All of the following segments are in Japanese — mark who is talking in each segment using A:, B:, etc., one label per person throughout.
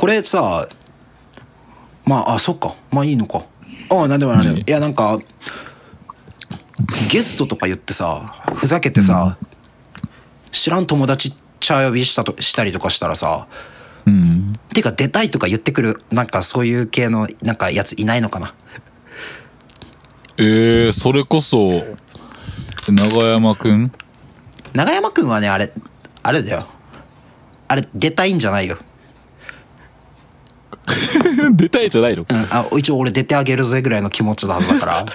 A: 俺さ、まあ、あ、そっか。まあいいのか。ああ、なんでもないなんでもない。いや、なんか、ゲストとか言ってさ、ふざけてさ、知らん友達茶呼びしたとしたりとかしたらさ、
B: うん。
A: てか出たいとか言ってくる、なんかそういう系の、なんかやついないのかな。
B: えー、それこそ、長山くん
A: 長山くんはね、あれ、あれだよ。あれ、出たいんじゃないよ。
B: 出たいじゃないの
A: うん、あ、一応俺出てあげるぜぐらいの気持ちだはずだから。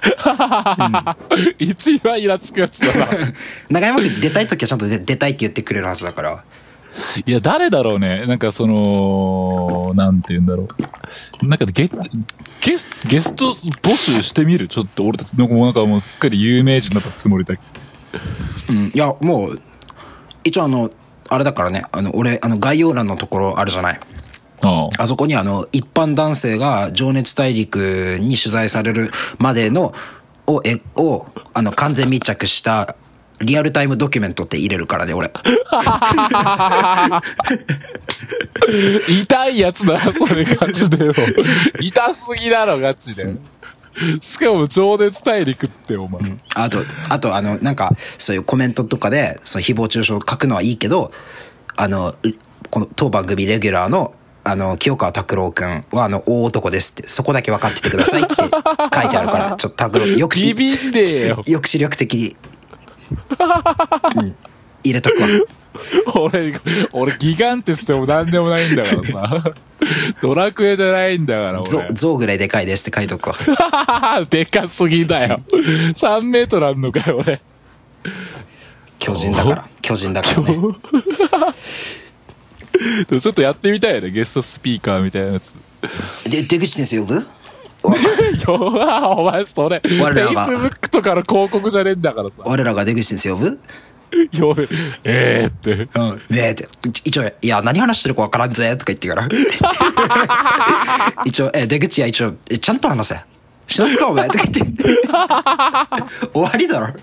B: 一番イラつくやつだな。
A: 長山くん出たい時はちゃんと出出たいって言ってくれるはずだから。
B: いや、誰だろうね。なんかその、なんて言うんだろう。なんかゲ、ゲスゲスト募集してみるちょっと俺たちの、なんかもうすっかり有名人だったつもりだけど
A: うん、いや、もう、一応あの、あれだからね、あの、俺、あの、概要欄のところあるじゃない。
B: ああ
A: あそこにあの、一般男性が情熱大陸に取材されるまでの、を、え、を、あの、完全密着した、リアルタイムドキュメントって入れるからね、俺。
B: 痛いやつだな、それ、ガチでよ。 痛すぎだろ、ガチで。しかも、情熱大陸って、お前。
A: あと、あと、あの、なんか、そういうコメントとかで、その誹謗中傷書くのはいいけど、あの、うこの当番組レギュラーの、あの、清川拓郎くんは、あの、大男ですって、そこだけ分かっててくだ さいって書いてあるから、ちょっと拓郎、抑
B: ビ
A: 止、
B: ビんでえよ。
A: 抑止力的に、うん入れと くわ。
B: 俺、俺、ギガンテスでも何でもないんだからさ。 ドラクエじゃないんだから、
A: ゾ
B: 俺、。
A: ゾウぐらいでかいですって書いとくわ。
B: でかすぎだよ。3メートルあんのかよ、俺。
A: 巨人だ から、巨人だからね。
B: でもちょっとやってみたいよね、ゲストスピーカーみたいなやつ。
A: で、出口先生呼ぶ
B: 弱お前、それ、
A: 我らが
B: Facebook とかの広告じゃねえんだからさ。
A: 我らが出口先生呼ぶ
B: 弱いえーって。
A: うん、ねえって、一応、いや、何話してるか分からんぜ、とか言ってから。一応、え、出口は一応、えちゃんと話せ。死なすか、お前、とか言って。終わりだろ。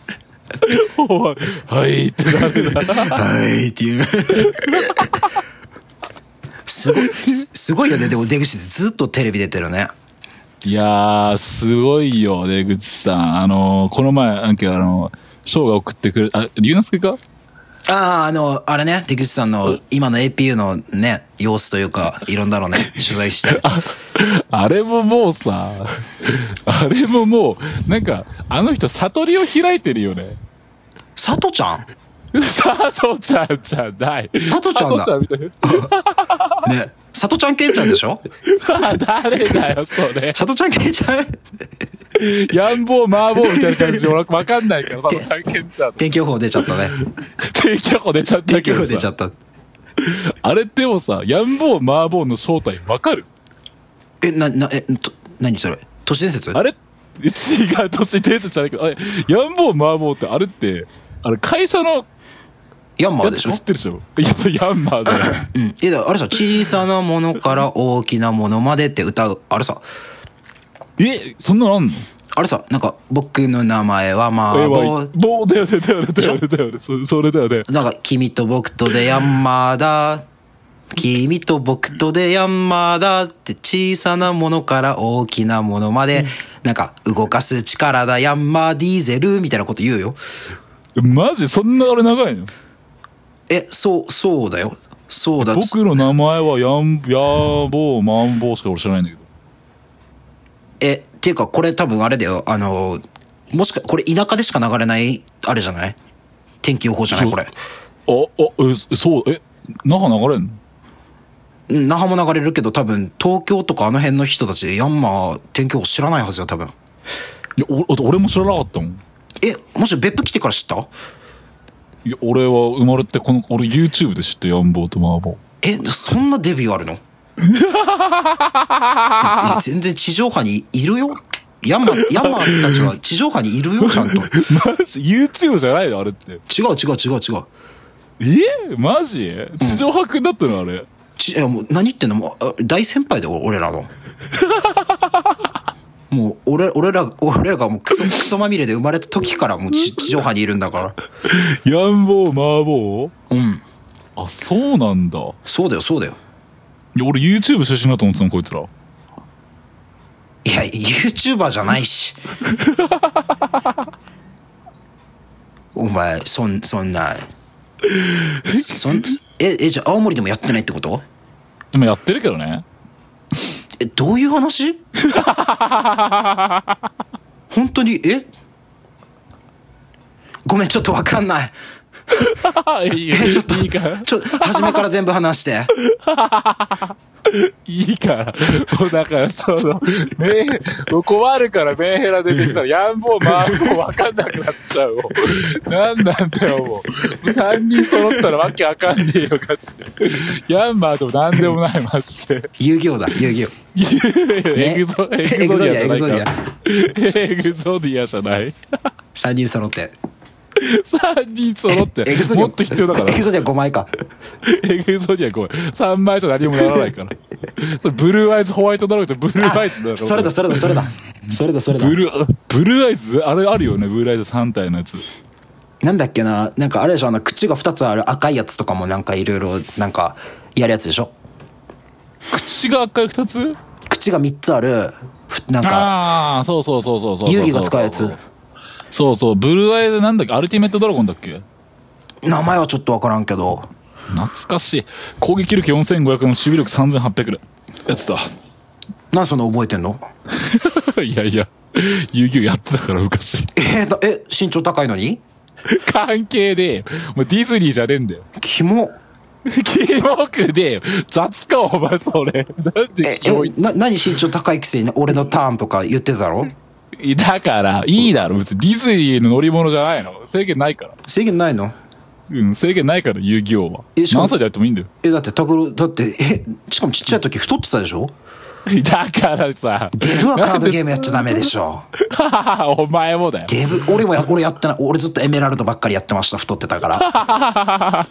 B: お前はいってなるな。
A: はい、っていう。すごい、すすごいよね。でも出口ずっとテレビ出てるね。
B: いやー、すごいよ、出口さん。あのー、この前、なんかあの、翔が送ってくる、あ、龍之介か
A: ああ、あの、あれね、出口さんの今の APU のね、様子というか、いろんなのね、取材して。
B: あれももうさ、 あれももう、なんか、あの人、悟りを開いてるよね。
A: 佐藤ちゃん
B: 佐藤ちゃんじゃない。
A: 佐藤ちゃんだ
B: 佐藤ちゃんみ
A: ね。佐藤ちゃんけんちゃんでしょ
B: たいな。 誰だよ、それ。
A: 佐藤ちゃんけんちゃん
B: ヤンボー、マーボーみたいな感じで、俺、わかんないから、佐藤ちゃん、ケンちゃん。
A: 天気予報出ちゃったね。
B: 定期箱出ちゃった
A: 天気
B: け
A: 予報
B: ど
A: 出ちゃ
B: さ。
A: った。
B: あれでもさ、ヤンボー、マーボーの正体わかる
A: え、な、な、え、と、何それ都市伝説
B: あれ違う、都市伝説じゃないけど、あれ、ヤンボー、マーボーって、あれって、あれ、会社の
A: ヤンマー
B: や
A: で
B: つ
A: しょ
B: 知ってるでしょいや、そうヤンマーだよ。
A: うん。え、だあれさ、小さなものから大きなものまでって歌う。あれさ、
B: え、そんなのあんの
A: あれさ、なんか、僕の名前はマ
B: え
A: ー
B: ま
A: ボ
B: あ
A: ー。
B: 棒だよね、だよね、だよね、だよね、そそれだよね。
A: なんか、君と僕とでヤンマーだ。君と僕とでヤンマーだって小さなものから大きなものまで、なんか動かす力だヤンマーディーゼルみたいなこと言うよ。
B: マジそんなあれ長いの
A: え、そう、そうだよ。そうだ。
B: 僕の名前はヤン、ヤーボー、マンボーしか俺知らないんだけど。
A: えっていうかこれ多分あれだよあのもしかこれ田舎でしか流れないあれじゃない天気予報じゃない
B: そ
A: こ
B: う
A: れ
B: あ、あ、え、そう、え、中流れんの
A: うん那覇も流れるけど多分東京とかあの辺の人たちヤンマー天気予報知らないはずよ多分
B: いや、お俺も知らなかったもん。
A: えもし別府来てから知った
B: いや、俺は生まれて、この、俺 YouTube で知って、ヤンボーとマーボー。
A: えそんなデビューあるのいや全然地上波にいるよヤンマーヤンマーたちは地上波にいるよちゃんと違う
B: マジ ?YouTube じゃないのあれって。
A: 違う違う違う
B: えマジ地上波くんだったのあれ。
A: ちえもう何言ってんのもうあ大先輩だよ俺らのもう俺俺ら俺らがもうクソクソまみれで生まれた時からもう地地上波にいるんだから
B: ヤンボー、マーボー
A: うん
B: あ、そうなんだ。
A: そうだよそうだよ
B: いや俺 YouTube 出身だと思ってたのこいつら
A: いや YouTuber じゃないしお前そんそんなそんええじゃあ青森でもやってないってこと
B: でもやってるけどね
A: えどういう 話本当にえごめんちょっとわかんない
B: い
A: えちょっと
B: いいから
A: ちょ初めから全部話して
B: いいからもうだからそのメン困るからメンヘラ出てきたらやんぼうまんぼう分かんなくなっちゃうもうなんなんだよもう3人揃ったらわけわかんねえよガチでヤンマーでもなんでもないマジ で
A: 遊戯王だ遊戯王
B: エグゾエグゾディアじゃないからエグゾディアじゃない
A: 3人揃って
B: 3人揃って
A: エグゾディ
B: も
A: ア
B: っと必要だから
A: エグゾディア5枚か
B: エグゾディアこれ3枚じゃ何もならない からそれブルーアイズホワイトドラゴンってブルーアイズだろ
A: それだそれだそ れだそれだそれだ
B: ブルーブルーアイズあれあるよねブルーアイズ3体のやつ
A: なんだっけななんかあれでしょあの口が2つある赤いやつとかもなんかいろいろなんかやるやつでしょ
B: 口が赤い2つ
A: 口が3つあるふなんか
B: ああーそうそうそうそうそう
A: 遊戯が使うやつ
B: そうそうブルーアイズなんだっけアルティメットドラゴンだっけ
A: 名前はちょっとわからんけど
B: 懐かしい攻撃力4500の守備力3800のやつだ
A: なんでそんな覚えてんの
B: いやいや遊戯王やってたから昔
A: えー、だえ身長高いのに
B: 関係でもうディズニーじゃねえんだよ
A: キモ
B: キモくで雑かお前それなん
A: え
B: でキモい
A: えな何身長高いくせに俺のターンとか言ってたろ
B: だからいいだろ別にディズニーの乗り物じゃないの制限ないから
A: 制限ないの
B: うん制限ないから遊戯王は
A: えしかも
B: 何歳でやってもいいんだよ
A: えだって拓郎だってえしかもちっちゃい時太ってたでしょ
B: だからさ
A: デブはカードゲームやっちゃダメでしょ
B: お前もだよ
A: デブ俺もや俺やってない俺ずっとエメラルドばっかりやってました太ってたから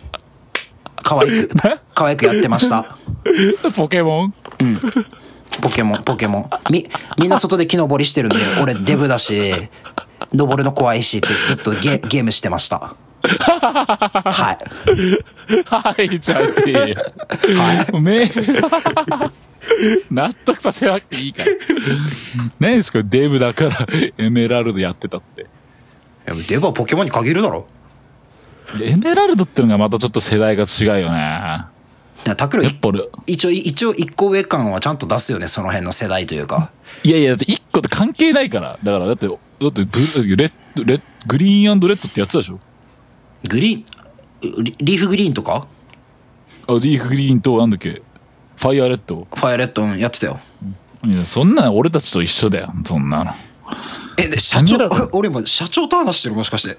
A: 可愛く可愛くやってました
B: ポケモン
A: ポケモンポケモンみみんな外で木登りしてるんで俺デブだし登るの怖いしってずっとゲゲームしてましたはい
B: はいじゃねえよおめえ納得させなくていいから何ですかデブだからエメラルドやってたって
A: いやデブはポケモンに限るだろ
B: エメラルドってのがまたちょっと世代が違うよね
A: いやタクル
B: やっぱ俺
A: 一応一応一個上感はちゃんと出すよねその辺の世代というか
B: いやいや、だって1個って関係ないから。だから、だって、だってブルレッド、レッグリーンレッドってやつでしょ
A: グリーンリリーフグリーンとか
B: あ、リーフグリーンと、なんだっけ、ファイアレッド。
A: ファイアレッドうんやってたよ
B: いや、そんなの俺たちと一緒だよ、そんなの。
A: えで社長
B: ダメだろ
A: 俺俺今社長と話してるもしか して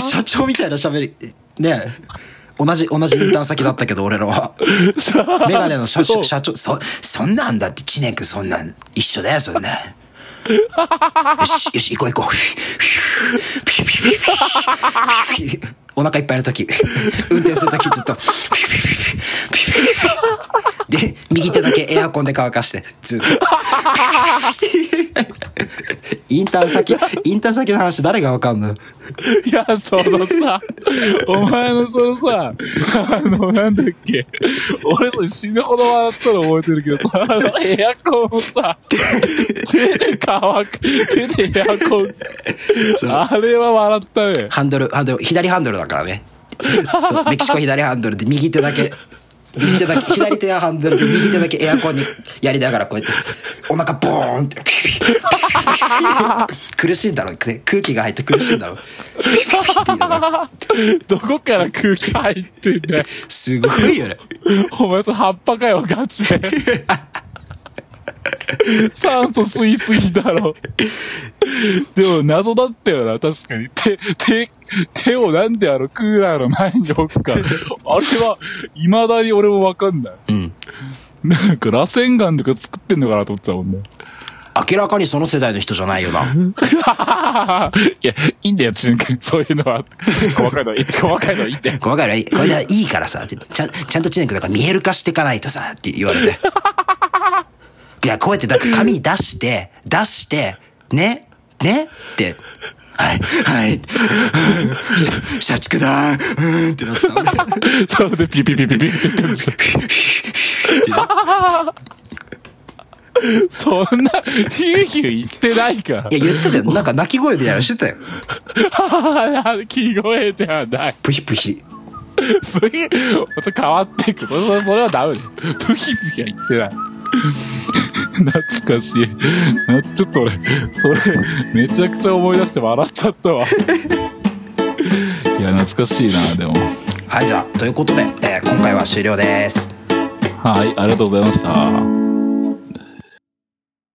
A: 社長みたいな喋りねえ同じ同じインターン先だったけど俺らはメガネの社
B: そう
A: 社長そそんなんだって知念君そんなん一緒だよそんなんよしよし行こう行こうピュピュピュピュピュピュピュピュピュお腹いっぱいの時運転する時ずっとピュピュピュピュピュピュピュで右手だけエアコンで乾かしてずっとインターン先インターン先の話誰がわかんの
B: いや、そのさ、お前のそのさ、あの、なんだっけ、俺それ死ぬほど笑ったの覚えてるけどさ、あのエアコンをさ、手で乾く、手でエアコン、あれは笑ったね。
A: ハンドル、ハンドル、左ハンドルだからね。そう、メキシコ左ハンドルで右手だけ、右手だけ、左手はハンドルで右手だけエアコンにやりながらこうやって、お腹ボーンって、苦しいんだろうね。空気が入って苦しいんだろう。
B: どこから空気入ってんだよ。
A: すごいよね。
B: お前さ、葉っぱかよ、ガチで。 酸素吸いすぎだろ。でも、謎だったよな、確かに。手、手、手をなんであの、クーラーの前に置くか。あれは、未だに俺もわかんない。
A: うん。
B: なんか、螺旋岩とか作ってんのかなと思ってたもんね。
A: 明らかにその世代の人じゃないよな。
B: いや、いいんだよ、ちんくん。そういうの は。細かいのはいい、細かいのはいいんだよ。
A: 細かいのはいいこれでいいからさ、ってちゃんちゃんと知念君だから見える化していかないとさ、って言われて。いや、こうやって、だから紙に出して、出して、ね、ねって、はい、はい、社社畜だ、うーんってなってた俺。
B: そうで、ピピピピピって言ってるでしょ。そんな、ヒューヒュー言ってないから。
A: いや、言ってたよ。なんか泣き声みたいなのしてたよ。
B: 聞こえてはない。
A: プヒプヒ。
B: ブヒ、それ変わっていく。それそれはダメだよ。ブヒブヒは言ってない。 懐かしい。なちょっと俺、それ、めちゃくちゃ思い出して笑っちゃったわ。いや、懐かしいな、でも。
A: はい、じゃあ、ということで、えー今回は終了です。
B: はい、ありがとうございました。